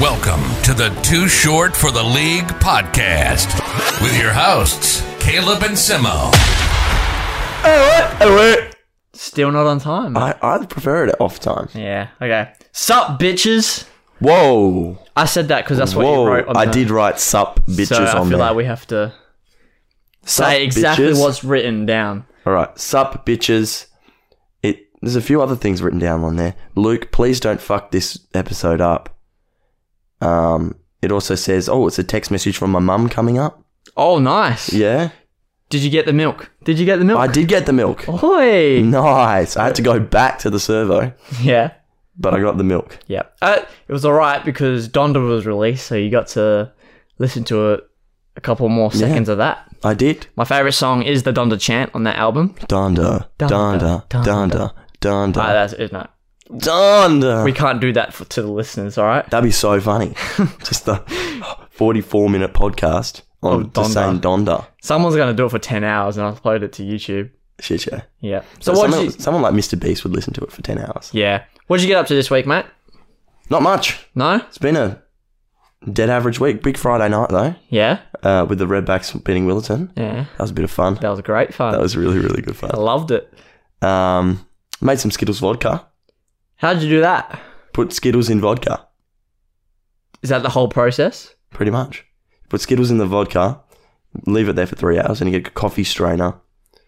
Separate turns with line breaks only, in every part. Welcome to the Too Short for the League podcast with your hosts, Caleb and Simo.
Still not on time.
I, I'd prefer it at off time.
yeah. Okay. Sup, bitches.
Whoa.
I said that because that's what
Whoa.
you wrote. On
I
the-
did write sup bitches
so I
on
feel
there.
like we have to
Sup,
say exactly
bitches.
what's written down.
All right. Sup bitches. It. There's a few other things written down on there. Luke, please don't fuck this episode up. Um. It also says, oh, it's a text message from my mum coming up.
Oh, nice.
Yeah.
Did you get the milk? Did you get the milk?
I did Mm-hmm. get the milk.
Oi.
Nice. I had to go back to the servo,
Yeah.
but I got the milk.
Yeah. Uh, it was all right because Donda was released, so you got to listen to a, a couple more seconds of that.
I did.
My favorite song is the Donda chant on that album.
Donda.
Donda,
Donda.
donda.
Donda.
Ah,
Donda.
that's it. No,
Donda.
we can't do that for, to the listeners. All right.
That'd be so funny. Just a 44 minute podcast on
Oh,
just
Donda.
saying Donda.
Someone's gonna do it for ten hours, and I'll upload it to YouTube.
Shit, yeah.
Yeah. So,
So
what?
someone,
You,
someone like Mr. Beast would listen to it for 10 hours.
yeah. What did you get up to this week, mate?
Not much.
No.
It's been a dead average week. Big Friday night, though,
Yeah.
uh, with the Redbacks beating Willerton.
Yeah.
That was a bit of fun.
That was great fun.
That was really, really good
I
fun.
loved it.
Um, made some Skittles vodka.
How did you do that?
Put Skittles in vodka,
Is that the whole process?
pretty much. Put Skittles in the vodka, leave it there for three hours, and you get a coffee strainer.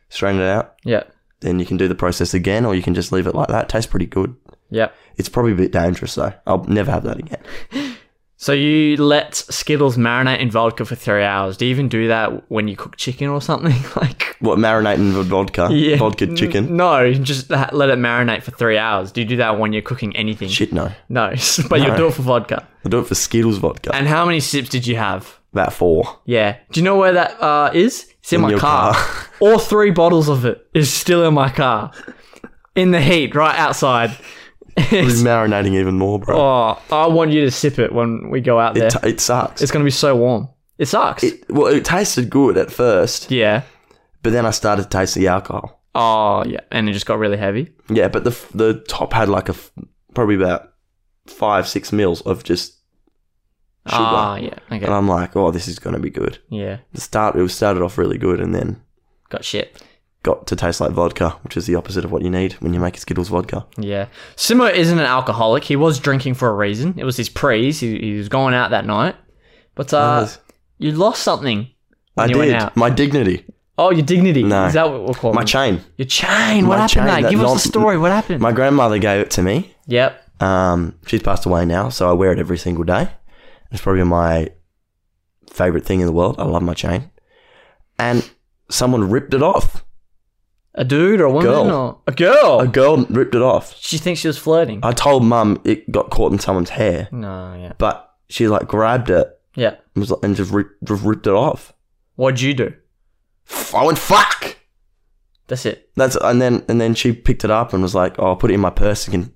Strain it out.
Yeah.
Then you can do the process again, or you can just leave it like that. tastes pretty good.
Yeah.
It's probably a bit dangerous though. I'll never have that again.
So you let Skittles marinate in vodka for three hours. Do you even do that when you cook chicken or something? like
What marinating with vodka?
yeah, Mm.
Vodka chicken?
N- no, you just ha- let it marinate for three hours. Do you do that when you're cooking anything?
Shit, no.
No, but you
No.
do it for vodka.
I do it for Skittles vodka.
And how many sips did you have?
About four.
Yeah. Do you know where that uh, is? It's in, my
your
car.
car.
All three bottles of it is still in my car, in the heat, right outside.
It's marinating even more, bro.
Oh, I want you to sip it when we go out there.
It, t- it sucks.
it's gonna be so warm. It sucks.
It- well, it tasted good at first,
yeah.
but then I started to taste the alcohol.
Oh yeah, and it just got really heavy.
Yeah, but the f- the top had like a f- probably about five six mils of just sugar,
Ah yeah, okay,
and I'm like, oh, this is gonna be good.
yeah,
The start it started off really good, and then
got shit.
got to taste like vodka, which is the opposite of what you need when you make a Skittles vodka.
Yeah, Simo isn't an alcoholic. He was drinking for a reason. It was his praise. He, he was going out that night, but uh,
Nice.
you lost something when
I
you
did.
went out.
My dignity.
Oh, your dignity.
No.
Is that what we'll call
My
it?
chain.
Your chain. What
My
happened,
chain,
mate?
that
Give
non-
us the story. What happened?
My grandmother gave it to me.
yep.
Um, she's passed away now, so I wear it every single day. It's probably my favorite thing in the world. I love my chain. And someone ripped it off.
A dude or a woman
Girl.
or a girl.
A girl ripped it off.
she thinks she was flirting.
I told mum it got caught in someone's hair,
no. Yeah.
but she like grabbed it
Yeah.
and, was like, and just, rip, just ripped it off.
What'd you do?
F- I went fuck.
That's it.
That's and then and then she picked it up and was like, "Oh, I'll put it in my purse. You can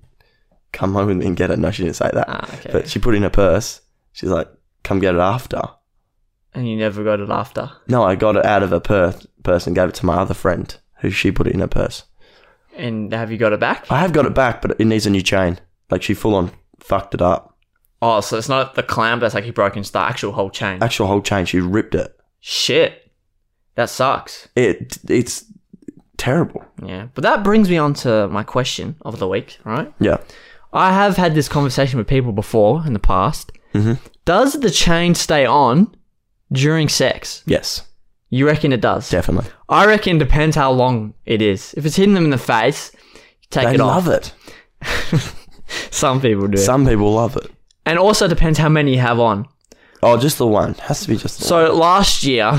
come home with me and get it." No, she didn't say that.
Ah, okay.
But she put it in her purse. She's like, "Come get it after."
and you never got it after.
No, I got it out of her purse, purse and gave it to my other friend, who she put it in her purse.
And have you got it back?
I have got it back, but it needs a new chain. Like she full on fucked it up.
Oh, so it's not the clamp that's like he broke into the actual whole chain.
Actual whole chain, she ripped it.
Shit. That sucks.
It it's terrible.
Yeah. But that brings me on to my question of the week, right?
Yeah,
I have had this conversation with people before in the past.
Mm-hmm.
Does the chain stay on during sex?
yes,
You reckon it does?
definitely.
I reckon it depends how long it is. If it's hitting them in the face, take
They
it off.
love it.
Some people do.
Some people love it.
and also depends how many you have on.
Oh, just the one has to be just the one.
So last year,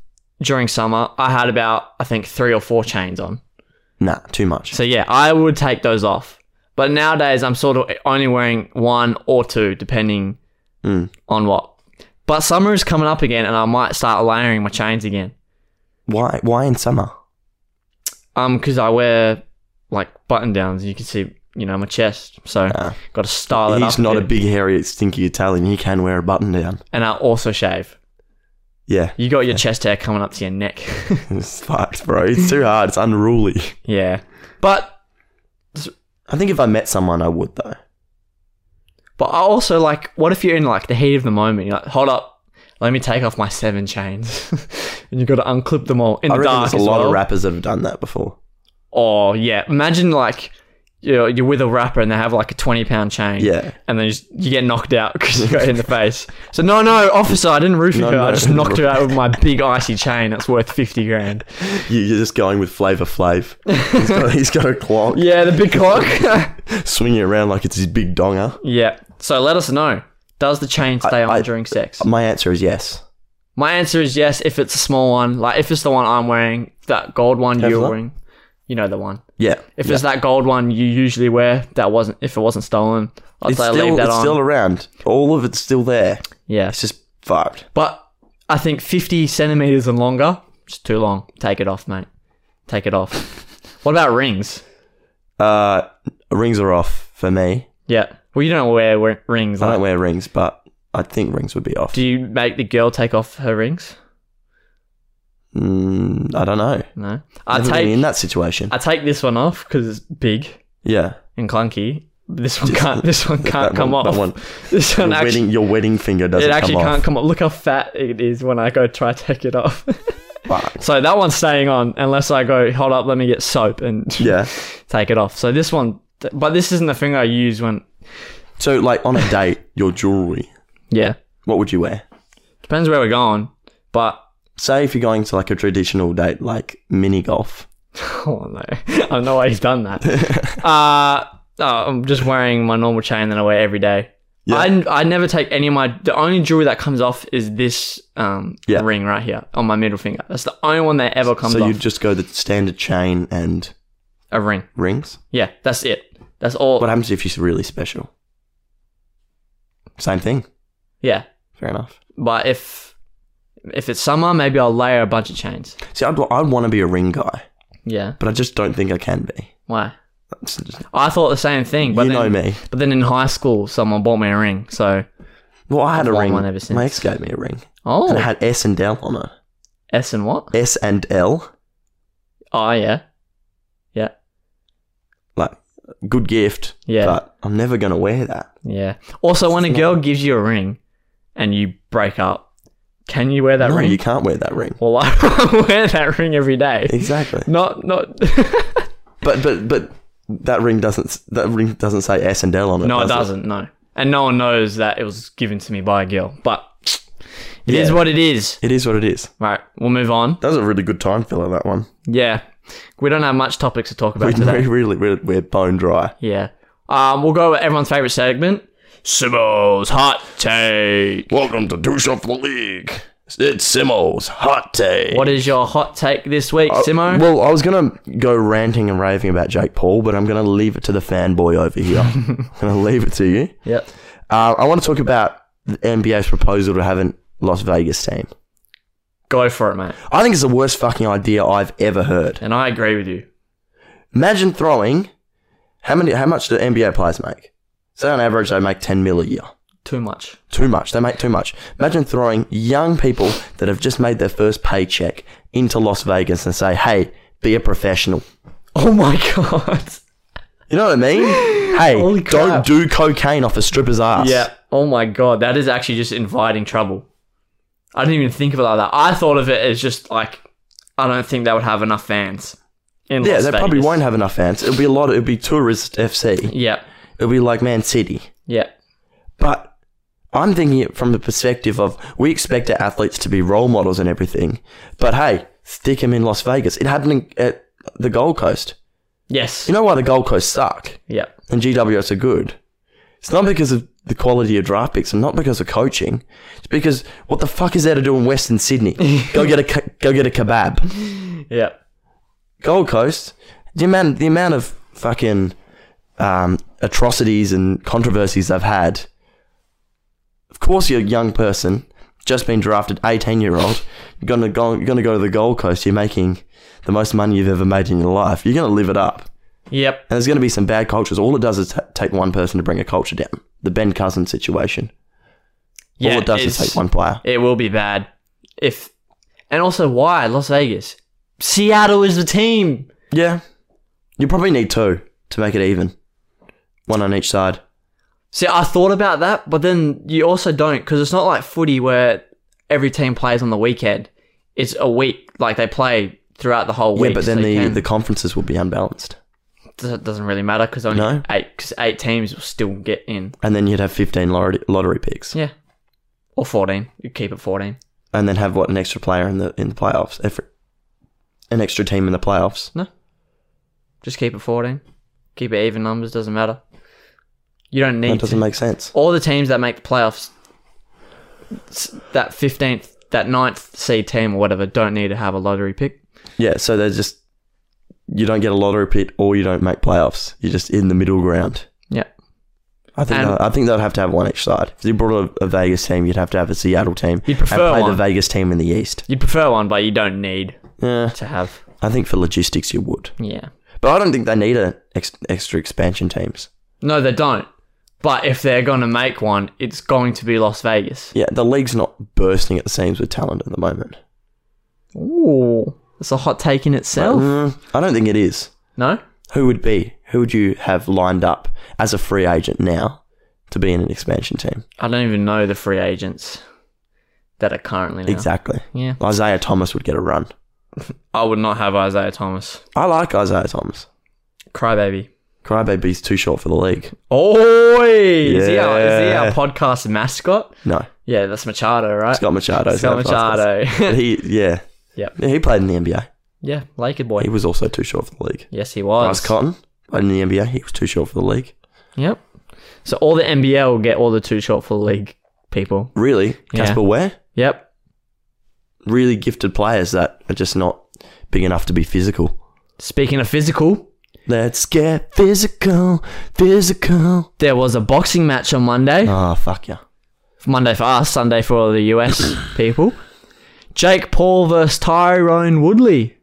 during summer, I had about, I think, three or four chains on.
Nah, too much.
So yeah, I would take those off. But nowadays, I'm sort of only wearing one or two, depending
Hmm.
on what. But summer is coming up again, and I might start layering my chains again.
Why? Why in summer?
Um, because I wear like button downs, and you can see, you know, my chest. So got to style it up.
Ah. He's not a
bit.
big, hairy, stinky Italian. He can wear a button down.
And I also shave.
Yeah,
You got your chest hair coming up to your neck.
it's fucked, bro. It's too hard. It's unruly.
yeah, but
I think if I met someone, I would though.
But I also like, what if you're in like the heat of the moment? You're like, hold up, let me take off my seven chains, and you got to unclip them all in
I
the
reckon
dark.
there's a
as
lot
well.
of rappers that have done that before.
Oh yeah, imagine like you're, you're with a rapper and they have like a twenty pound chain.
Yeah.
and then you, just, you get knocked out because you got hit in the face. So no, no, officer, I didn't roofie
No,
her.
no.
I just knocked her out with my big icy chain that's worth fifty grand.
You- You're just going with Flavor Flav. He's got, he's got a clock.
Yeah, the big clock.
Swinging around like it's his big donger.
yeah. So let us know. Does the chain stay on
I- um,
during sex?
My answer is yes.
My answer is yes. If it's a small one, like if it's the one I'm wearing, that gold one you're
that?
wearing, you know the one.
Yeah.
If it's that gold one you usually wear, that wasn't if it wasn't stolen, I'd
It's
say
still,
leave that
it's
on.
still around. All of it's still there.
yeah,
It's just fucked.
But I think 50 centimeters and longer, it's too long. Take it off, mate. Take it off. what about rings?
Uh, rings are off for me.
Yeah. Well, you don't wear, wear rings.
I
Like,
don't wear rings, but I think rings would be off.
do you make the girl take off her rings?
mm, I don't know.
No.
I
I
Never been in
take
that situation.
I take this one off because it's big
yeah,
and clunky. This one can't. This one
that
can't come
one-
off.
That one,
This
your,
one actually.
wedding, your wedding finger doesn't
It actually
come
can't
off.
come off. Look how fat it is when I go try to take it off.
Fuck.
so that one's staying on unless I go hold up. Let me get soap and
Yeah.
take it off. So this one, th- but this isn't the thing I use when.
So, like on a date, your jewelry.
Yeah,
What would you wear?
depends where we're going, but
Say if you're going to like a traditional date, like mini golf.
oh no, I don't know why he's done that. uh, oh, I'm just wearing my normal chain that I wear every day.
Yeah.
I, I never take any of my. The only jewelry that comes off is this um,
Yeah.
ring right here on my middle finger. That's the only one that ever comes
So
off.
you'd just go the standard chain and
a ring.
rings.
Yeah, that's it. That's all.
What happens if you're really special? Same thing.
yeah,
Fair enough.
but if if it's summer, maybe I'll layer a bunch of chains.
See, I'd, I'd want to be a ring guy,
Yeah.
but I just don't think I can be.
Why?
It's just-
I thought the same thing. But
you
then,
know me.
But then in high school, someone bought me a ring. So,
Well, I had
I've
a
worn
ring.
one ever since.
My ex gave me a ring, and
oh,
it had S and L on it.
S and what?
S and L,
Oh, yeah. Yeah.
like good gift.
Yeah.
But I'm never gonna wear that.
Yeah. Also, when a girl gives you a ring and you break up, can you wear that
no,
ring?
you can't wear that ring.
Well, I wear that ring every day.
Exactly.
Not, not.
But but but that ring doesn't that ring doesn't say S and L on it.
no, it
does
doesn't. No. And no one knows that it was given to me by a girl. But it is
Yeah.
what it is.
It is what it is.
Right. We'll move on.
That was a really good time filler. That one.
Yeah. We don't have much topics to talk about
We
today.
we really, really we're bone dry.
Yeah. Um, we'll go with everyone's favorite segment. Simo's hot take.
Welcome to Do Shot for the League. It's Simo's hot take. Uh,
What is your hot take this week, Simo?
Well, I was gonna go ranting and raving about Jake Paul, but I'm gonna leave it to the fanboy over here. I'm gonna leave it to you.
yep.
Uh, I want to talk about the NBA's proposal to have a Las Vegas team.
Go for it, mate.
I think it's the worst fucking idea I've ever heard.
And I agree with you.
Imagine throwing how many? How much do NBA players make? Say on average they make ten mil a year.
Too much.
Too much. They make too much. Imagine throwing young people that have just made their first paycheck into Las Vegas and say, "Hey, be a professional."
Oh my god.
You know what I mean? hey,
Holy
don't
crap.
do cocaine off a stripper's ass.
Yeah. Oh my god. That is actually just inviting trouble. I didn't even think of it like that. I thought of it as just like I don't think they would have enough fans. In
Yeah,
Las
they probably
Vegas.
won't have enough fans. It'll be a lot. It'll be tourist FC.
Yeah.
It'll be like Man City.
Yeah.
But I'm thinking it from the perspective of we expect our athletes to be role models and everything. But hey, stick them in Las Vegas. It happened in- at the Gold Coast.
Yes.
You know why the Gold Coast suck
yeah.
and GWS are good? It's not because of the quality of draft picks and not because of coaching. It's because what the fuck is there to do in Western Sydney? go get a ke- go get a kebab.
Yeah.
Gold Coast, the amount the amount of fucking um, atrocities and controversies they've had. Of course, you're a young person, just been drafted, eighteen year old. You're gonna go, you're gonna go to the Gold Coast. You're making the most money you've ever made in your life. You're gonna live it up, and
Yep.
there's gonna be some bad cultures. All it does is t- take one person to bring a culture down. The Ben Cousins situation.
Yeah.
All it does is
it's-
take one player.
It will be bad. If and also why Las Vegas? Seattle is the team.
Yeah, you probably need two to make it even. One on each side.
See, I thought about that, but then you also don't because it's not like footy where every team plays on the weekend. It's a week, like they play throughout the whole week.
yeah, but
so
then
you
the,
can-
the conferences will be unbalanced.
does- doesn't really matter because only
No?
eight cause eight teams will still get in.
And then you'd have 15 lottery, lottery picks.
Yeah, or fourteen. You keep it fourteen.
And then have what? An extra player in the in the playoffs? Every, an extra team in the playoffs?
Just keep it fourteen. Keep it even numbers. Doesn't matter. You don't need
That doesn't
to.
make sense.
all the teams that make the playoffs. s- That fifteenth, that ninth seed team or whatever, don't need to have a lottery pick.
Yeah, so they're just. You don't get a lottery pick or you don't make playoffs. You're just in the middle ground.
Yeah.
I think
And-
they'll- I think they'd have to have one each side. If you brought a, a Vegas team, you'd have to have a Seattle team.
You'd prefer
and play
one.
the Vegas team in the East.
You'd prefer one, but you don't need
Yeah,
to have.
I think for logistics you would,
Yeah.
but I don't think they need a ex- extra expansion teams.
No, they don't. But if they're going to make one, it's going to be Las Vegas.
Yeah, the league's not bursting at the seams with talent at the moment.
Ooh. That's a hot take in itself.
Mm, I don't think it is.
No?
Who would be? Who would you have lined up as a free agent now to be in an expansion team?
I don't even know the free agents that are currently now.
Exactly.
Yeah.
Isaiah Thomas would get a run.
I would not have Isaiah Thomas.
I like Isaiah Thomas.
Crybaby.
Crybaby's too short for the league.
Oi! Is, he our, is he
Yeah.
our podcast mascot?
No,
Yeah, that's Machado, right?
Scott Machado.
Scott Machado.
He yeah.
Yep.
Yeah, he played in the NBA.
yeah, Laker boy.
He was also too short for the league.
yes, he was.
Bryce Cotton played in the NBA. He was too short for the league.
Yep. So all the NBL will get all the too short for the league people.
Really,
Yeah.
Casper Ware,
Yep.
really gifted players that are just not big enough to be physical.
Speaking of physical,
Let's get physical, physical.
there was a boxing match on Monday.
Oh fuck yeah!
Monday for us, Sunday for all the US people. Jake Paul versus Tyrone Woodley.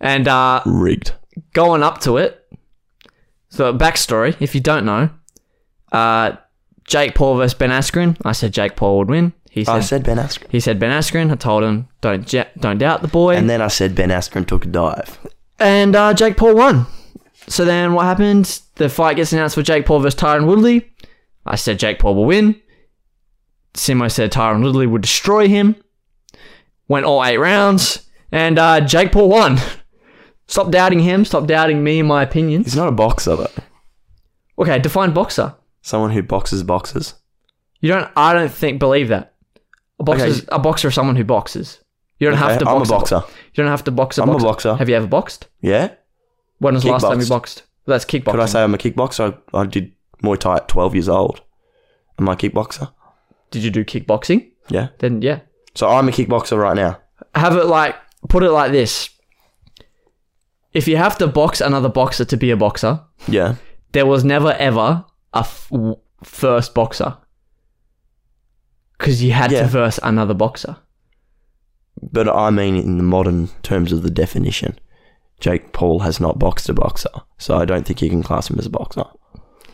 And uh,
Rigged.
going up to it, so backstory, if you don't know, uh, Jake Paul versus Ben Askren. I said Jake Paul would win. He said,
I said Ben Askren,
he said Ben Askren. I told him don't ja- don't doubt the boy.
and then I said Ben Askren took a dive.
and uh, Jake Paul won. So then what happened? The fight gets announced for Jake Paul versus Tyron Woodley. I said Jake Paul will win. Simo said Tyron Woodley would destroy him. Went all eight rounds, and uh, Jake Paul won. Stop doubting him. Stop doubting me and my opinions.
He's not a boxer though.
Okay, define boxer.
Someone who boxes boxes.
You don't. I don't think believe that. A boxer.
Okay.
Is, a boxer is someone who boxes. You don't have to.
I'm
box
a boxer.
You don't have to box a
I'm a
boxer.
boxer.
Have you ever boxed?
Yeah.
When was the last time you
Kickboxed.
boxed? That's kickboxing.
Could I say I'm a kickboxer? I, I did Muay Thai at 12 years old. Am I a kickboxer?
Did you do kickboxing?
Yeah.
Then yeah.
So I'm a kickboxer right now.
have it like put it like this. If you have to box another boxer to be a boxer,
Yeah.
there was never ever a f- w- first boxer. Cuz you had
Yeah.
to verse another boxer.
But I mean, in the modern terms of the definition, Jake Paul has not boxed a boxer. So I don't think you can class him as a boxer.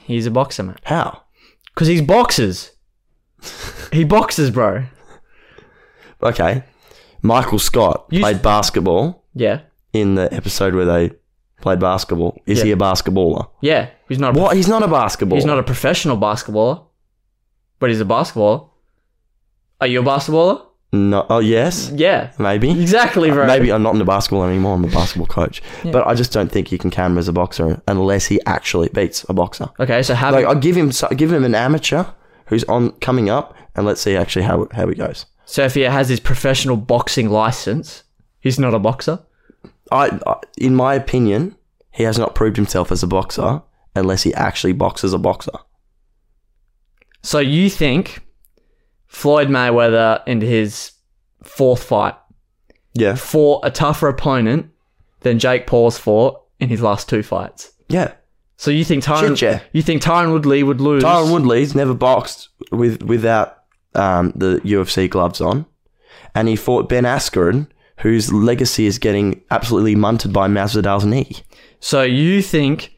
He's a boxer, man.
How?
Cuz he's boxes. he boxes, bro.
Okay. Michael Scott
You-
played basketball
Yeah.
in the episode where they played basketball. Is he
Yeah.
a basketballer?
Yeah, he's not a,
What? He's not a basketballer.
he's not a professional basketballer. But he's a basketballer. Are you a basketballer?
No. Oh, yes.
Yeah.
Maybe.
Exactly, bro.
Maybe I'm not into basketball anymore. I'm a basketball coach. But I just don't think you can count him as a boxer unless he actually beats a boxer.
Okay, so have
Like I'll give him so- give him an amateur who's on coming up, and let's see actually how how he goes.
So if he has his professional boxing license, he's not a boxer.
I, I in my opinion, he has not proved himself as a boxer unless he actually boxes a boxer.
So you think Floyd Mayweather in his fourth fight
Yeah,
fought a tougher opponent than Jake Paul's fought in his last two fights?
yeah.
So you think Tyron?
Shit, yeah.
You think Tyron Woodley would lose?
Tyron Woodley's never boxed with without um, the UFC gloves on, and he fought Ben Askren, whose legacy is getting absolutely munted by Masvidal's knee.
so you think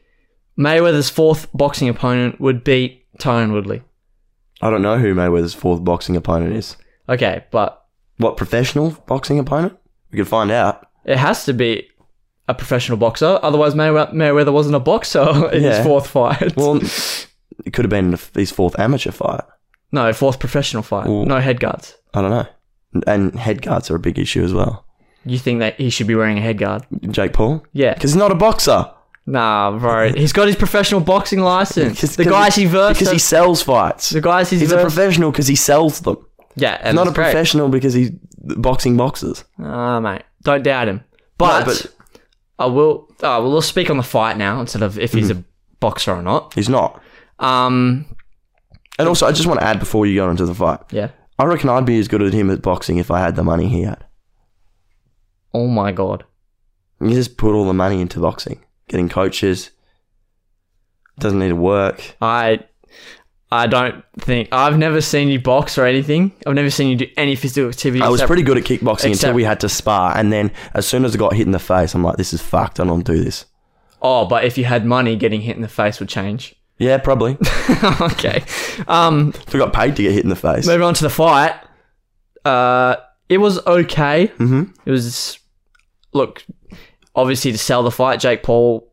Mayweather's fourth boxing opponent would beat Tyron Woodley?
I don't know who Mayweather's fourth boxing opponent is.
Okay, but
What professional boxing opponent? We could find out.
it has to be a professional boxer. Otherwise, Maywe- Mayweather wasn't a boxer in
Yeah.
his fourth fight.
Well, It could have been his fourth amateur fight.
No, fourth professional fight.
Ooh.
No head guards.
I don't know. And head guards are a big issue as well.
You think that he should be wearing a head guard?
Jake Paul?
Yeah.
Because he's not a boxer.
Nah, bro. He's got his professional boxing license.
Because-
the
because-
guys he versed.
Because he sells fights.
the guys he's,
He's a
versed.
professional because he sells them.
yeah, and
not a
it's great.
professional because he's boxing boxers.
Ah, mate. Don't doubt him. But,
but-
I will. Uh, well, let's speak on the fight now instead of if he's
Mm-hmm.
a boxer or not.
He's not.
Um,
And also, I just want to add before you go into the fight,
yeah.
I reckon I'd be as good at him at boxing if I had the money he had.
Oh my god.
You just put all the money into boxing, getting coaches. Doesn't need to work.
I, I don't think I've never seen you box or anything. I've never seen you do any physical activity.
I was
except-
pretty good at kickboxing
except-
until we had to spar, and then as soon as I got hit in the face, I'm like, "This is fucked. I don't do this."
Oh, but if you had money, getting hit in the face would change.
Yeah, probably.
okay. Um,
if I got paid to get hit in the face,
moving on to the fight. Uh, it was okay.
Mhm.
It was look, obviously to sell the fight, Jake Paul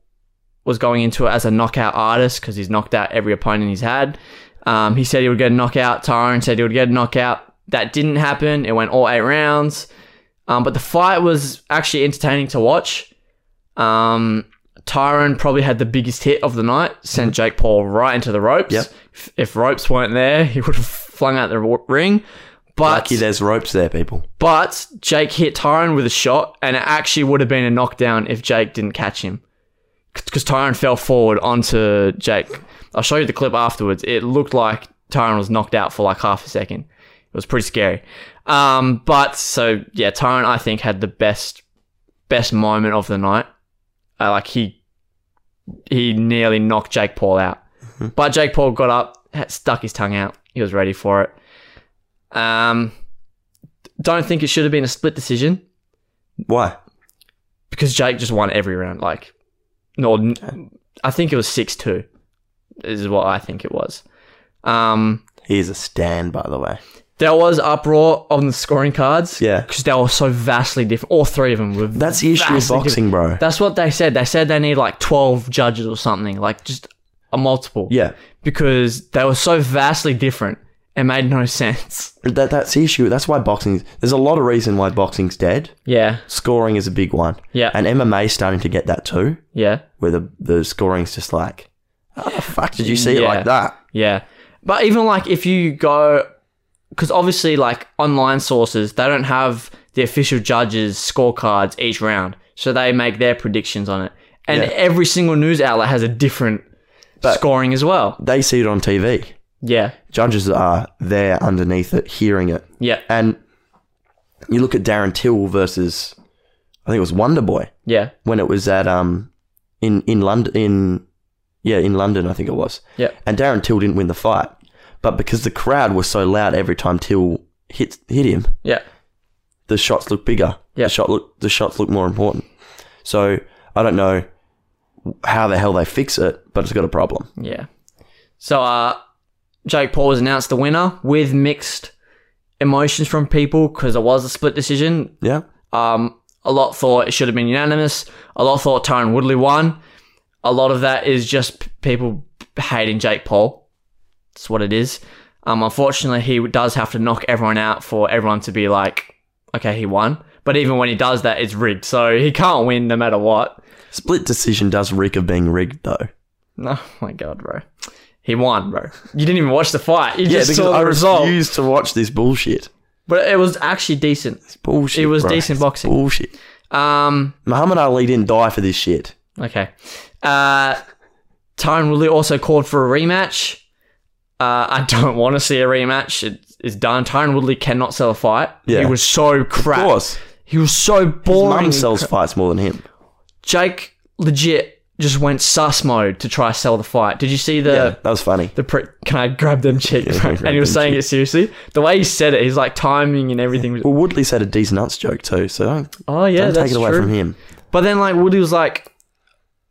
was going into it as a knockout artist because he's knocked out every opponent he's had. Um, he said he would get a knockout. Tyrone said he would get a knockout. That didn't happen. It went all eight rounds. Um, but the fight was actually entertaining to watch. Um, Tyrone probably had the biggest hit of the night, sent Jake Paul right into the ropes.
Yep.
If, if ropes weren't there, he would have flung out the wa- ring. But
lucky there's ropes there, people.
but Jake hit Tyrone with a shot, and it actually would have been a knockdown if Jake didn't catch him. Because Tyrone fell forward onto Jake. I'll show you the clip afterwards. It looked like Tyrone was knocked out for like half a second. It was pretty scary. Um, but so yeah, Tyrone I think had the best best moment of the night. Uh, like he he nearly knocked Jake Paul out, but Jake Paul got up, had- stuck his tongue out. He was ready for it. Um, don't think it should have been a split decision
Why?
because Jake just won every round. Like, no, n- I think it was six two, is what I think it was. Um,
He is a stand, by the way.
there was uproar on the scoring cards,
Yeah.
because they were so vastly different. All three of them were.
That's the issue with
vastly different.
boxing, bro.
That's what they said. They said they need like twelve judges or something, like just a multiple.
yeah,
because they were so vastly different. It made no sense.
that that's the issue. That's why boxing. There's a lot of reason why boxing's dead.
Yeah,
Scoring is a big one,
yeah,
and MMA's starting to get that too,
yeah.
where the the scoring's just like, how the fuck did you see it
Yeah.
like that?
Yeah. But even like if you go, because obviously, like online sources, they don't have the official judges' scorecards each round. So they make their predictions on it. And
Yeah.
every single news outlet has a different
But-
scoring as well.
They see it on TV.
Yeah.
Judges are there underneath it, hearing it,
Yeah.
and you look at Darren Till versus, I think it was Wonder Boy
Yeah.
when it was at um in in London in yeah in London I think it was.
Yeah.
And Darren Till didn't win the fight, but because the crowd was so loud every time Till hit hit him,
Yeah.
the shots look bigger.
Yeah.
The shot look the shots look more important. So I don't know how the hell they fix it, but it's got a problem.
Yeah. So uh Jake Paul was announced the winner with mixed emotions from people because it was a split decision.
Yeah.
Um, a lot thought it should have been unanimous. A lot thought Tyron Woodley won. A lot of that is just p- people hating Jake Paul. That's what it is. Um, unfortunately, he does have to knock everyone out for everyone to be like, okay, he won. But even when he does that, it's rigged. So he can't win no matter what.
Split decision does reek of being rigged though.
Oh my God, bro. He won, bro. You didn't even watch the fight. You just
because
saw the
I
result.
refuse to watch this bullshit.
But it was actually decent.
It's bullshit.
It was
bro.
decent
It's
boxing.
Bullshit.
Um,
Muhammad Ali didn't die for this shit.
Okay. Uh, Tyron Woodley also called for a rematch. Uh, I don't want to see a rematch. It, it's done. Tyron Woodley cannot sell a fight.
Yeah.
He was so crap.
Of course.
He was so boring.
Mum sells fights more than him.
Jake legit just went sus mode to try sell the fight. Did you see the
Yeah, that was funny.
the prick? Can I grab them chicks?
Yeah, grab
and he was
them
saying it seriously. The way he said it, he's like timing and everything. was-
Well, Woodley said a decent nuts joke too, so don't,
Oh yeah,
don't
that's
take it away
true.
from him.
But then like Woody was like,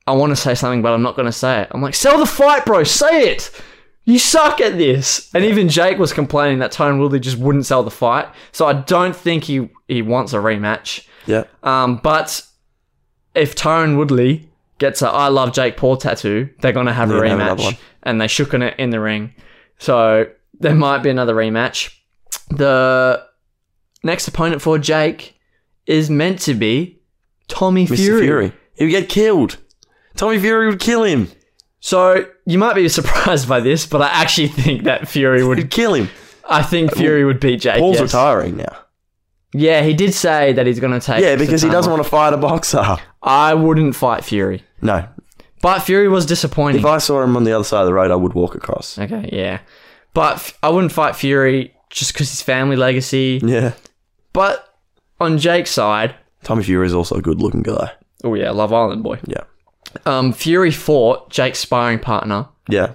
I want to say something, but I'm not gonna say it. I'm like, sell the fight, bro, say it. You suck at this. And even Jake was complaining that Tone Woodley just wouldn't sell the fight. So I don't think he, he wants a rematch.
Yeah.
Um, but if Tyrone Woodley gets a I love Jake Paul tattoo, they're gonna have a
They're gonna have another
rematch.
one.
and they shook on it in the ring. So there might be another rematch. The next opponent for Jake is meant to be Tommy
Mr.
Fury.
Fury. He would get killed. Tommy Fury would kill him.
So you might be surprised by this, but I actually think that Fury would.
He'd kill him.
I think Fury would beat Jake.
Paul's
yes.
retiring now.
Yeah, he did say that he's going to take.
Yeah, because he doesn't want to fight a boxer.
to. I wouldn't fight Fury,
No.
but Fury was disappointing.
If I saw him on the other side of the road, I would walk across.
okay, yeah, but f- I wouldn't fight Fury just because his family legacy.
Yeah.
But on Jake's side,
Tommy Fury is also a good looking guy.
oh yeah, Love Island boy.
Yeah.
Um, Fury fought Jake's sparring partner
Yeah.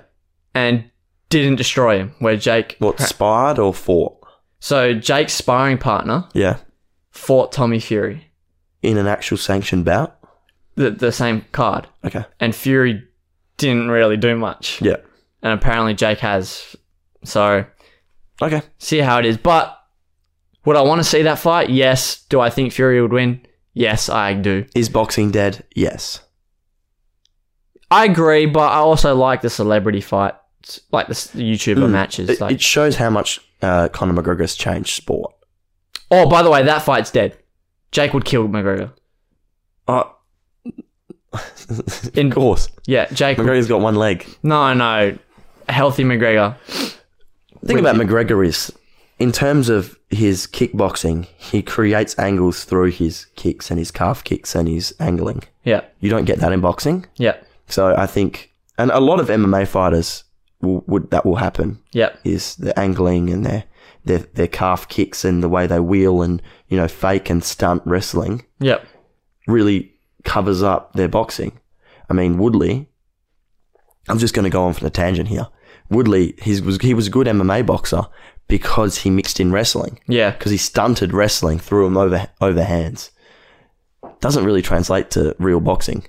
and didn't destroy him. Where Jake,
What, spied or fought?
so Jake's sparring partner
Yeah.
fought Tommy Fury,
In an actual sanctioned bout?
the the same card,
Okay.
and Fury didn't really do much.
Yeah.
And apparently Jake has. So
Okay.
see how it is. But would I want to see that fight? Yes. Do I think Fury would win? Yes, I do.
Is boxing dead? Yes.
I agree, but I also like the celebrity fight, like the s- YouTuber matches.
Mm. It,
Like,
it shows how much uh, Conor McGregor's changed sport.
oh, by the way, that fight's dead. Jake would kill McGregor.
Uh,
In-
of course.
Yeah, Jake. would-
McGregor's got one leg.
no, no, healthy McGregor.
The thing about McGregor is, in terms of his kickboxing, he creates angles through his kicks and his calf kicks and his angling.
Yeah,
You don't get that in boxing.
yeah,
So I think, and a lot of MMA fighters will, would that will happen
yeah,
is the angling and their, their their calf kicks and the way they wheel and you know fake and stunt wrestling
yeah.
really covers up their boxing. I mean Woodley. I'm just going to go on for the tangent here. Woodley, he was he was a good MMA boxer because he mixed in wrestling
Yeah,
because he stunted wrestling through him over over hands. Doesn't really translate to real boxing.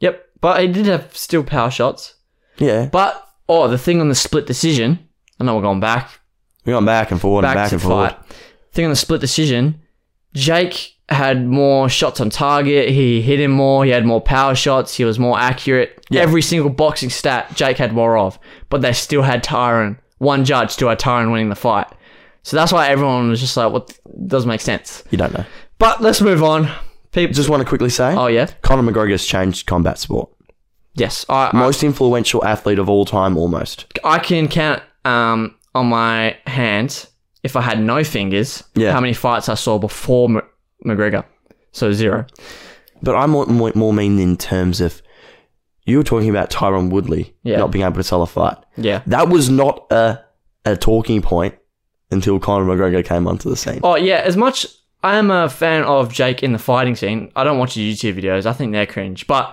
yep. But he did have still power shots.
Yeah,
But oh, the thing on the split decision. I know we're going back,
we're going back and forward
back,
and back
to
and
the
forward.
fight. Thing on the split decision, Jake had more shots on target. He hit him more. He had more power shots. He was more accurate. Every single boxing stat, Jake had more of. But they still had Tyron. One judge still had Tyron winning the fight. So that's why everyone was just like, "What th- doesn't make sense."
You don't know.
But let's move on. People.
Just want to quickly say,
oh yeah.
Conor McGregor's changed combat sport.
Yes. I I,
Most influential athlete of all time, almost.
I can count um on my hand if I had no fingers
Yeah.
how many fights I saw before M- McGregor. So zero.
But I more, more, more mean in terms of you were talking about Tyron Woodley
Yeah.
not being able to sell a fight.
Yeah.
That was not a a talking point until Conor McGregor came onto the scene.
Oh yeah, as much I am a fan of Jake in the fighting scene. I don't watch his YouTube videos. I think they're cringe. But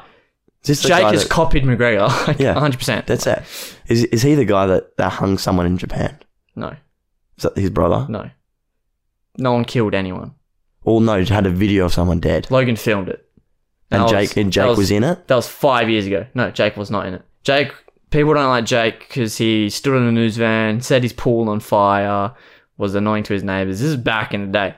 Is this the
Jake
guy
has
that-
copied McGregor. Like,
Yeah.
100%.
that's it. Is is he the guy that, that hung someone in Japan?
no.
Is that his brother?
No. No one killed anyone.
Or no, had a video of someone dead,
Logan filmed it.
and
That
Jake
was-
and Jake
that
was, in it.
That was 5 years ago. No, Jake was not in it. Jake people don't like Jake cuz he stood in a news van, set his pool on fire, was annoying to his neighbors. This is back in the day.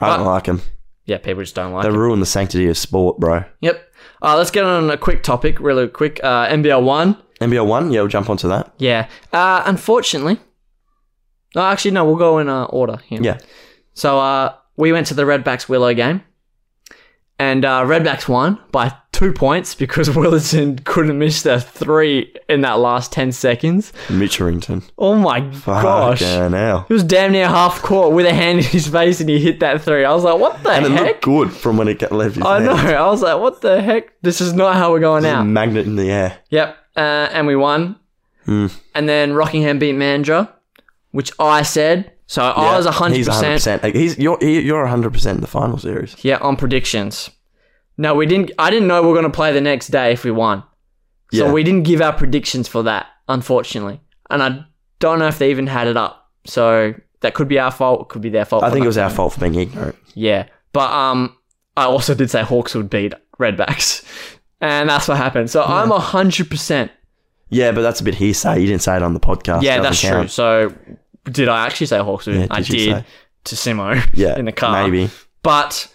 I don't like him.
Yeah, people just don't like
They
him.
ruined the sanctity of sport, bro.
Yep. Uh, let's get on a quick topic, really quick. Uh, NBL 1.
NBL one, yeah, we'll jump onto that.
Yeah. Uh, unfortunately. No, actually, no, we'll go in uh, order here.
Yeah.
So uh, we went to the Redbacks Willow game, and uh, Redbacks won by two points because Willardson couldn't miss the three in that last 10 seconds.
Mitcherington.
Oh my gosh.
Fucking hell.
He was damn near half court with a hand in his face and he hit that three. I was like, what the
And it looked
heck?
good from when it got left his
I
hand.
know. I was like, what the heck? This is not how we're going
There's a
out.
magnet in the air.
Yep, uh, and we won.
Mm.
And then Rockingham beat Mandra, which I said. So I was
Yeah,
100%,
He's 100%. Like, he's, you're, he- you're 100% in the final series.
yeah on predictions. No, we didn't. I didn't know we were going to play the next day if we won. So
Yeah.
we didn't give our predictions for that, unfortunately. And I don't know if they even had it up. So that could be our fault. It could be their fault.
I
for
think it
not-
was our fault for being ignorant.
Yeah. But um, I also did say Hawks would beat Redbacks. And that's what happened. So I'm 100%.
Yeah, but that's a bit hearsay. You didn't say it on the podcast.
Yeah,
Doesn't
that's true.
count.
So, did I actually say Hawks?
Yeah,
I
did you
did
say?
to Simo
Yeah,
in the car.
Maybe.
But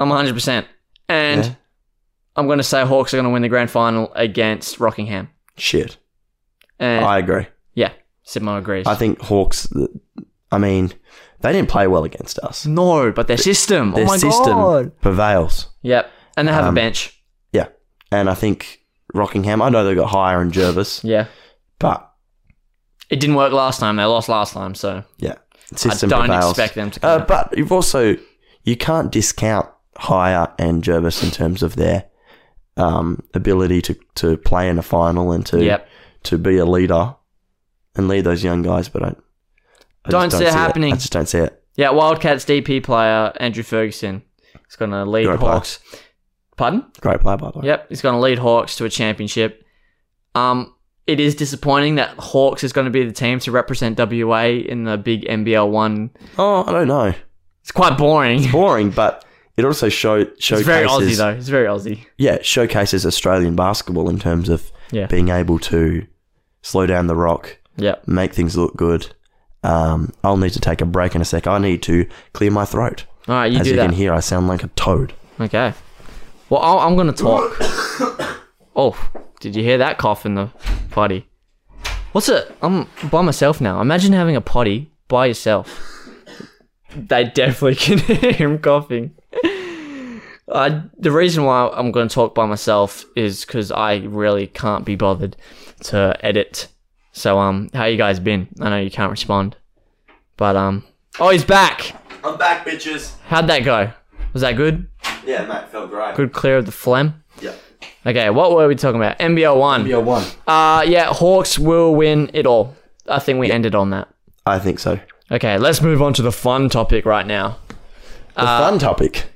I'm 100%. And
Yeah.
I'm going to say Hawks are going to win the grand final against Rockingham.
Shit.
And
I agree.
yeah, Simo agrees.
I think Hawks. th- I mean, they didn't play well against us.
no, but their system.
Their
oh my
system Um,
god.
prevails.
Yep. And they have a bench.
Yeah, and I think Rockingham. I know they got higher and Jervis,
Yeah.
but
It didn't work last time. They lost last time, so
yeah, system
don't
prevails.
expect them to come
Uh, but you've also you can't discount higher and Jervis in terms of their um, ability to, to play in a final and to
Yep.
to be a leader and lead those young guys. But I, I just
Don't see it happening.
I just don't see it.
Yeah, Wildcats DP player Andrew Ferguson is going to lead
Great player.
Hawks. Pardon?
Great play by the way.
Yep, he's going to lead Hawks to a championship. Um, it is disappointing that Hawks is going to be the team to represent WA in the big NBL one.
Oh, I don't know.
It's quite boring.
Boring, but it also show,
It's
showcases
very Aussie though. It's very Aussie.
yeah it showcases Australian basketball in terms of
Yeah.
being able to slow down the rock,
Yep.
make things look good. Um, I'll need to take a break in a sec. I need to clear my throat.
All right, you
As
do
you
that.
can hear, I sound like a toad.
Okay. Well, I'll, I'm going to talk. oh, did you hear that cough in the potty? What's it? I'm by myself now. Imagine having a potty by yourself. They definitely can hear him coughing. I, the reason why I'm going to talk by myself is because I really can't be bothered to edit. So, um, how you guys been? I know you can't respond, but um, oh, he's back.
I'm back, bitches.
How'd that go? Was that good?
Yeah, mate, felt great.
Good clear of the phlegm.
Yeah.
Okay, what were we talking about? NBL one.
You're one.
Uh yeah, Hawks will win it all. I think we ended on that.
I think so.
Okay, let's move on to the fun topic right now.
The fun topic.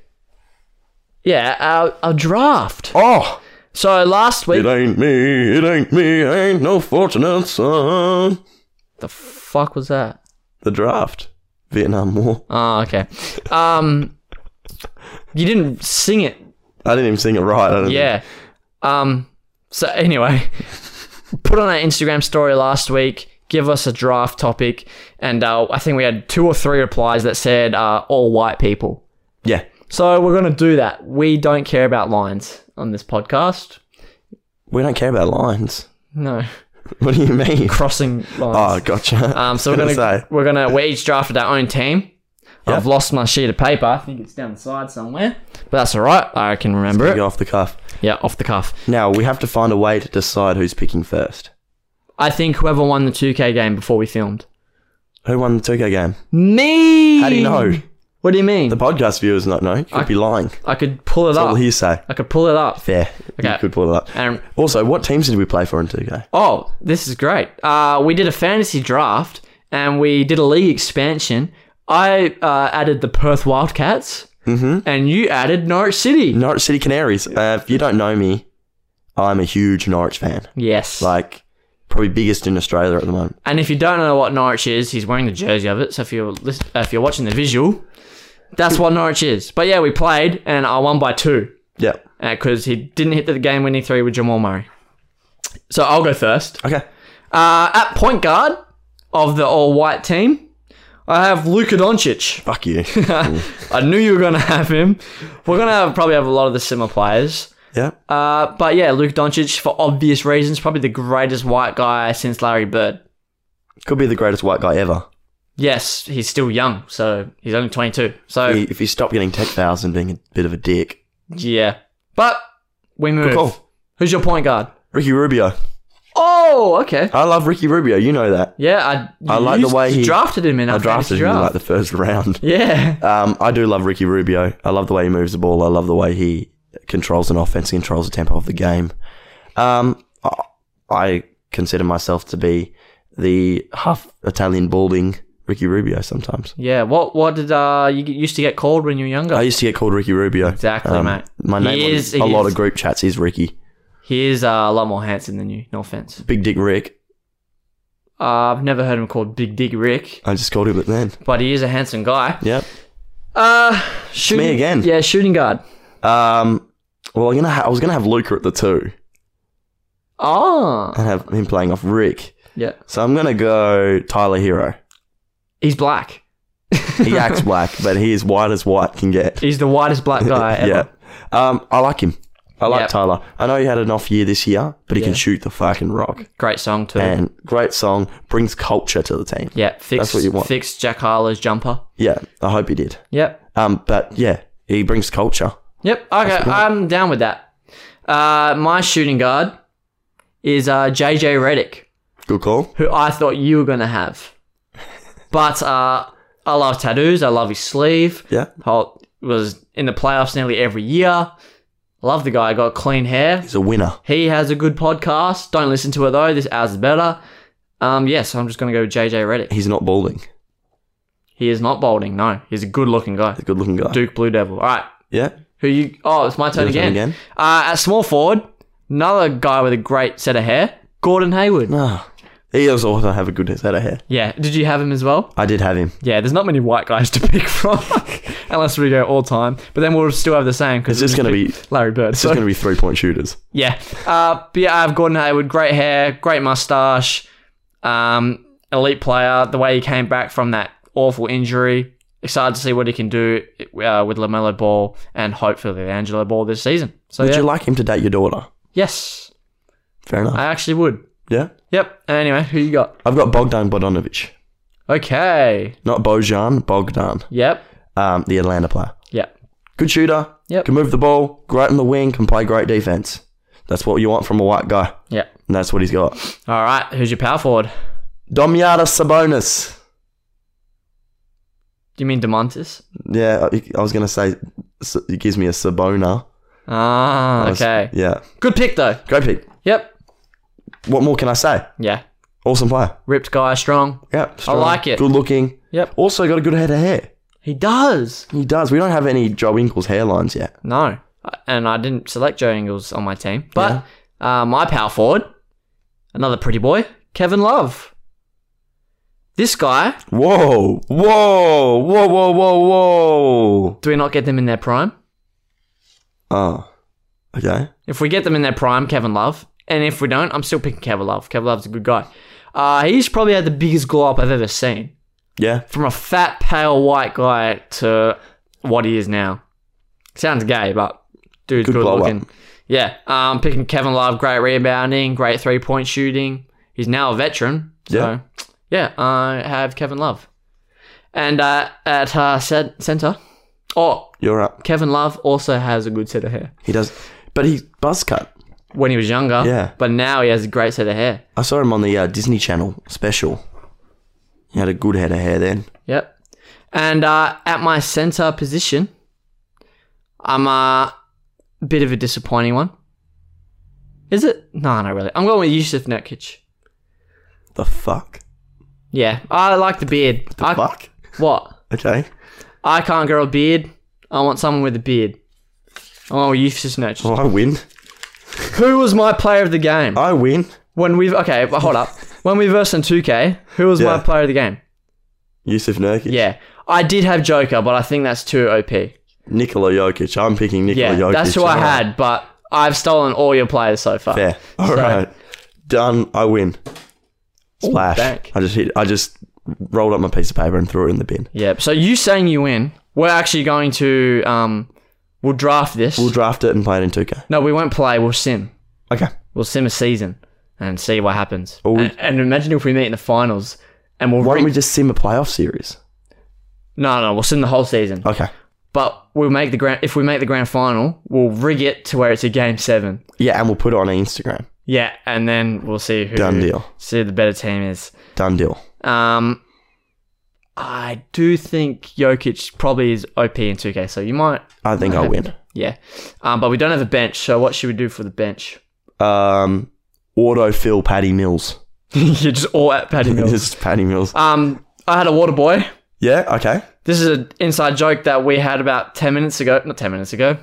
Yeah, our, our draft.
Oh,
So last week,
it ain't me, it ain't me, ain't no fortunate son.
the fuck was that?
The draft, Vietnam War.
Oh, okay. Um, you didn't sing it.
I didn't even sing it right. I don't
Yeah. Um. So anyway, put on our Instagram story last week. Give us a draft topic, and uh, I think we had two or three replies that said uh, all white people.
yeah.
So we're going to do that. We don't care about lines on this podcast.
We don't care about lines.
No,
What do you mean?
crossing
Oh,
lines.
gotcha.
um, so we're
Gonna
going to
say.
we're going to we each drafted our own team.
Yeah.
I've lost my sheet of paper. I think it's down the side somewhere, but that's all right. I can remember
Go
it.
off the cuff.
Yeah, off the cuff.
Now we have to find a way to decide who's picking first.
I think whoever won the 2K game before we filmed.
Who won the 2K game?
Me.
How do you know?
What do you mean?
The podcast viewers not know. You could be lying.
I could pull it
All
up.
hearsay.
I could pull it up.
Fair.
Okay.
You could pull it up.
And
Also, what teams did we play for in 2K?
Oh, this is great. Uh, we did a fantasy draft and we did a league expansion. I uh, added the Perth Wildcats and you added Norwich City.
Norwich City Canaries. Uh, if you don't know me, I'm a huge Norwich fan.
Yes.
Like, probably biggest in Australia at the moment.
and if you don't know what Norwich is, he's wearing the jersey of it. So if you're listen- uh, if you're watching the visual, that's what Norwich is. But yeah, we played and I won by two
Yeah.
because he didn't hit the game winning three with Jamal Murray. So I'll go first.
Okay.
Uh, at point guard of the all white team, I have Luka Doncic.
Fuck you.
I knew you were going to have him. We're going to have, probably have a lot of the similar players.
yeah.
Uh, but yeah, Luke Doncic, for obvious reasons, probably the greatest white guy since Larry Bird.
Could be the greatest white guy ever.
Yes, he's still young, so he's only 22. So,
He- if he stopped getting tech fouls and being a bit of a dick.
yeah. But we move.
call.
Who's your point guard?
Ricky Rubio.
Oh, okay.
I love Ricky Rubio. You know that.
Yeah, I,
I like the
you
way he-
drafted him in
I
our
drafted
fantasy
him in like
draft.
the first round.
yeah.
Um, I do love Ricky Rubio. I love the way he moves the ball. I love the way he controls an offense, he controls the tempo of the game. Um, I- I consider myself to be the half Italian balding Ricky Rubio sometimes.
Yeah. What What did uh, you get- used to get called when you were younger?
I used to get called Ricky Rubio. Um,
Exactly, mate.
My
He
name
is-
is,
he
a lot
is.
of group chats is Ricky.
he is uh, a lot more handsome than you. No offense.
Big Dick Rick.
Uh, I've never heard him called Big Dick Rick,
I just called him it then.
but he is a handsome guy.
Yep.
Uh, shooting,
me again.
Yeah, shooting guard.
Um, well, I'm gonna ha- I was gonna have Luca at the two
Oh,
and have him playing off Rick.
yeah.
So I'm gonna go Tyler Hero.
He's black.
He acts black, but he is white as white can get.
He's the whitest black guy Uh, ever.
Yeah. Um, I like him. I like
Yep.
Tyler. I know he had an off year this year, but he
Yeah.
can shoot the fucking rock.
Great song too.
And great song brings culture to the team.
yeah, fix
that's what you want.
fix Jack Harlow's jumper.
Yeah, I hope he did.
Yep.
Um, but yeah, he brings culture.
Yep. Okay, I'm down with that. Uh, my shooting guard is uh, JJ Reddick,
Good call.
who I thought you were gonna have, but uh, I love tattoos. I love his sleeve.
Yeah,
Holt was in the playoffs nearly every year. Love the guy. Got clean hair.
he's a winner.
He has a good podcast. Don't listen to it though. This ours is better. Um, yes, I'm just gonna go with JJ Reddick.
He's not balding.
He is not balding. No, he's a good-looking guy.
He's a good looking guy.
Duke Blue Devil. All right,
Yeah.
who you? Oh, it's my turn
Your turn
again.
again?
Uh, at small forward, another guy with a great set of hair, Gordon Hayward.
Ah, he does also have a good set of hair.
Yeah, did you have him as well?
I did have him.
Yeah, there's not many white guys to pick from, unless we go all time. But then we'll still have the same because
It's just gonna be-
Larry Bird.
It's just going to be three point shooters.
Yeah. Uh, but yeah, I have Gordon Hayward. Great hair, great mustache, um, elite player. The way he came back from that awful injury. Excited to see what he can do uh, with LaMelo Ball and hopefully the Angelo Ball this season. So,
Would
yeah.
you like him to date your daughter?
yes,
Fair enough.
I actually would.
yeah.
Yep. Anyway, who you got?
I've got Bogdan Bodanovic,
Okay.
not Bojan. Bogdan,
Yep.
um, the Atlanta player.
Yep.
Good shooter.
Yep.
Can move the ball. Great in the wing. Can play great defense. That's what you want from a white guy.
Yep.
And that's what he's got.
All right. Who's your power forward?
Domyata Sabonis.
Do you mean Demontis?
Yeah, I, I was gonna say s- it gives me a Sabona. I
Ah,
was-
okay.
Yeah.
Good pick, though.
Great pick.
Yep.
What more can I say?
Yeah.
Awesome player.
Ripped guy, strong.
Yeah. strong,
like it.
Good looking.
Yep.
Also got a good head of hair.
He does.
He does. We don't have any Joe Ingles hairlines yet.
No. And I didn't select Joe Ingles on my team. But uh, my power forward, another pretty boy, Kevin Love. This guy,
Whoa. Whoa. Whoa. Whoa. Whoa. Whoa.
do we not get them in their prime?
Oh. Okay.
If we get them in their prime, Kevin Love. And if we don't, I'm still picking Kevin Love. Kevin Love's a good guy. Uh, he's probably had the biggest glow up I've ever seen.
Yeah.
From a fat, pale white guy to what he is now. Sounds gay, but dude's
Good
good,
blow up.
looking. Yeah. Um, picking Kevin Love, great rebounding, great three point shooting. He's now a veteran. So, yeah, I have Kevin Love. And uh, at uh, cen- center, oh,
You're up.
Kevin Love also has a good set of hair
He does. But he buzz cut.
when he was younger.
Yeah.
But now he has a great set of hair.
I saw him on the uh, Disney Channel special. He had a good head of hair then.
Yep. And uh, at my center position, I'm uh, a bit of a disappointing one. Is it? No, not really. I'm going with Yusuf Nurkic.
The fuck.
Yeah, I like the beard. I,
Fuck.
What?
Okay.
I can't grow a beard. I want someone with a beard. I want Yusuf Nurkic.
Well, I win.
Who was my player of the game?
I win.
When we've okay, but hold up. When we versed in 2K, who was
Yeah.
my player of the game?
Yusuf Nurkic.
Yeah, I did have Joker, but I think that's too OP.
Nikola Jokic. I'm picking Nikola
Yeah,
Jokic.
that's who I
All right.
had, but I've stolen all your players so far.
Fair. All right, Done. I win. Splash.
dank.
I just hit I just rolled up my piece of paper and threw it in the bin.
Yep. So you saying you win? We're actually going to um, we'll draft this.
We'll draft it and play it in 2K.
no, we won't play. We'll sim.
Okay.
We'll sim a season and see what happens.
Or we-
and, and imagine if we meet in the finals and we'll
Why
re-
don't we just sim a playoff series?
no no we'll sim the whole season.
Okay.
But we'll make the grand if we make the grand final, we'll rig it to where it's a game seven.
Yeah, and we'll put it on Instagram.
Yeah, and then we'll see who
Done deal.
see who the better team is.
Done deal.
Um, I do think Jokic probably is OP in 2K, so you might,
I think I'll win.
yeah. Um, but we don't have a bench, so what should we do for the bench?
Um autofill Paddy Mills.
You're just all at Patty Mills.
This is Paddy Mills.
um, I had a water boy.
Yeah, okay.
This is an inside joke that we had about 10 minutes ago. Not 10 minutes ago.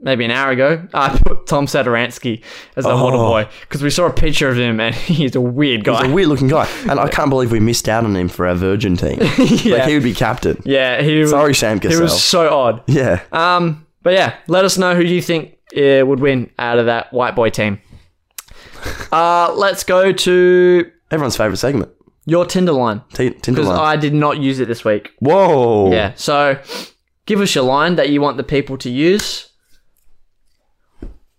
Maybe an hour ago, I put Tom Sadaransky as a water boy because we saw a picture of him and he's a weird guy.
Oh. He's a weird looking guy. And I can't believe we missed out on him for our Virgin team. Like
Yeah.
he would be captain.
yeah, he was,
Sorry, Sam
he
Cassell.
was so odd.
yeah.
Um, but yeah, let us know who you think uh, would win out of that white boy team. Uh, let's go to
Everyone's favourite segment.
your Tinder line
T- Tinder
because I
line.
did not use it this week.
Whoa.
Yeah, so give us your line that you want the people to use.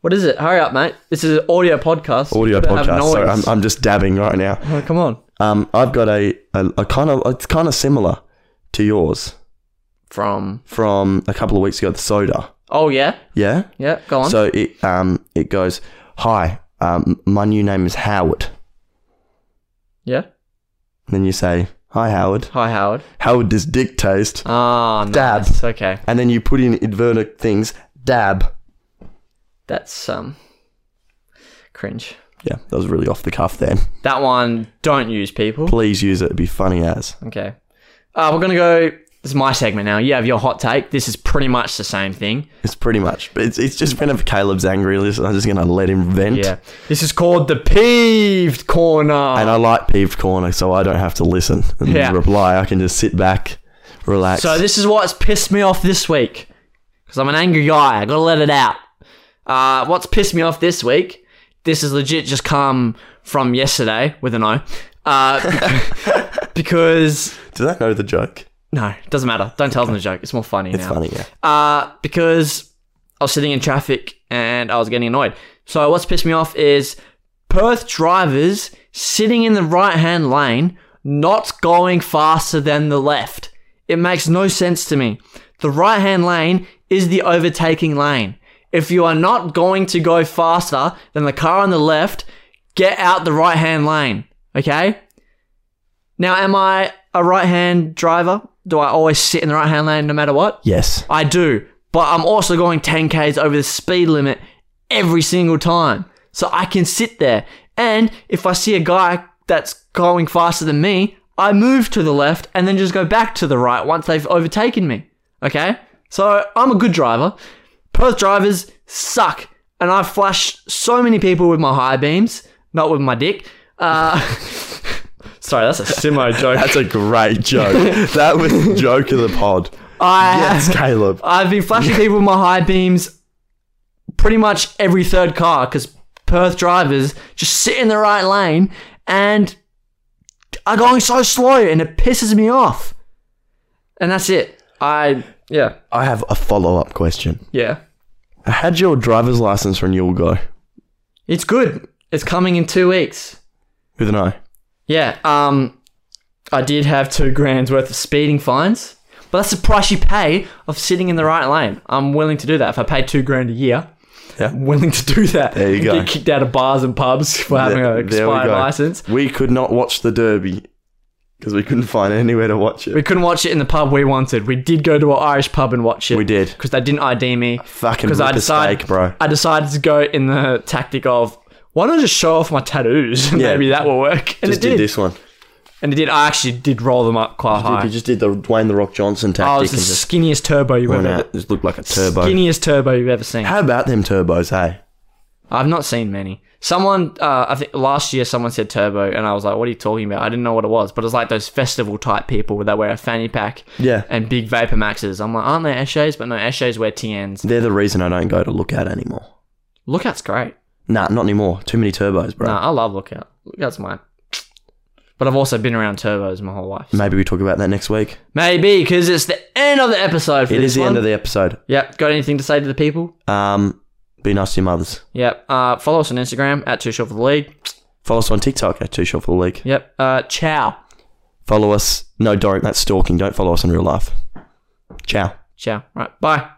What is it? Hurry up, mate. This is an audio podcast.
Audio
You gotta have
podcast. So I'm,
noise.
I'm just dabbing right now.
Oh, come on.
Um, I've got a, a, a kind of it's kind of similar to yours
From.
from a couple of weeks ago. The soda,
Oh, yeah.
yeah.
Yeah, go on.
So it um it goes, hi, um, my new name is Howard.
yeah.
And then you say, hi Howard.
Hi, Howard.
Howard does dick taste.
Ah, nice.
Dab.
Okay.
And then you put in inverted things. Dab.
That's, um, cringe.
Yeah, that was really off the cuff then.
That one, don't use people.
Please use it. It'd be funny as.
Okay. Uh, we're going to go. This is my segment now. You have your hot take. This is pretty much the same thing.
It's pretty much. But it's, it's just whenever Caleb's angry, listen, I'm just going to let him vent.
Yeah. This is called the peeved corner.
And I like peeved corner, so I don't have to listen and
Yeah.
reply. I can just sit back, relax.
So this is what's pissed me off this week, because I'm an angry guy. I gotta let it out. Uh, what's pissed me off this week? This is legit just come from yesterday with an O, uh, because
Do they know the joke?
no, it doesn't matter. Don't tell them the joke. It's more funny
It's
now.
funny, yeah.
Uh, because I was sitting in traffic and I was getting annoyed. So what's pissed me off is Perth drivers sitting in the right-hand lane, not going faster than the left. It makes no sense to me. The right-hand lane is the overtaking lane. If you are not going to go faster than the car on the left, get out the right-hand lane. Okay? Now, am I a right-hand driver? Do I always sit in the right-hand lane no matter what?
Yes.
I do, but I'm also going 10Ks over the speed limit every single time. So I can sit there. And if I see a guy that's going faster than me, I move to the left and then just go back to the right once they've overtaken me. Okay? So I'm a good driver. Perth drivers suck. And I've flashed so many people with my high beams, not with my dick. Uh, sorry, that's a simo joke.
That's a great joke. that was the joke of the pod.
I
Yes, Caleb.
I've been flashing people with my high beams pretty much every third car because Perth drivers just sit in the right lane and are going so slow and it pisses me off. And that's it. I, yeah,
I have a follow up question.
yeah.
How'd your driver's license renewal go?
It's good. It's coming in two weeks.
With an eye.
Yeah, um, I did have two grand's worth of speeding fines, but that's the price you pay of sitting in the right lane. I'm willing to do that. If I pay two grand a year,
Yeah.
I'm willing to do that.
There you
And
go.
Get kicked out of bars and pubs for having
There-
an
there we
expired
go.
license.
We could not watch the derby because we couldn't find anywhere to watch it.
We couldn't watch it in the pub we wanted. We did go to an Irish pub and watch it.
We did.
because they didn't ID me.
Fucking
Because I
rip a
decided,
steak, bro.
I decided to go in the tactic of why don't I just show off my tattoos?
Yeah.
Maybe that will work. And
Just
it did.
did this one.
And it did. I actually did roll them up quite high.
You just did the Dwayne the Rock Johnson tactic
I was the
and just
skinniest turbo you
went
ever
out. Just looked like a turbo.
skinniest turbo you've ever seen.
How about them turbos, hey?
I've not seen many. Someone, uh, I think last year someone said turbo, and I was like, "What are you talking about?" I didn't know what it was, but it's like those festival type people that wear a fanny pack,
Yeah.
and big vapor maxes. I'm like, aren't they Eshays? But no, Eshays wear TNs.
They're the reason I don't go to Lookout anymore.
Lookout's great.
Nah, not anymore. Too many turbos, bro.
Nah, I love Lookout. Lookout's mine. But I've also been around turbos my whole life.
Maybe we talk about that next week.
Maybe because it's the end of the episode. For
It
this
is the
one.
end of the episode.
Yep. Got anything to say to the people?
Um, be nice to your mothers.
Yep. Uh, follow us on Instagram at Too Short for the League.
Follow us on TikTok at Too Short for the League.
Yep. Uh, ciao.
Follow us. No, don't. That's stalking. Don't follow us in real life. Ciao.
Ciao. Right. Bye.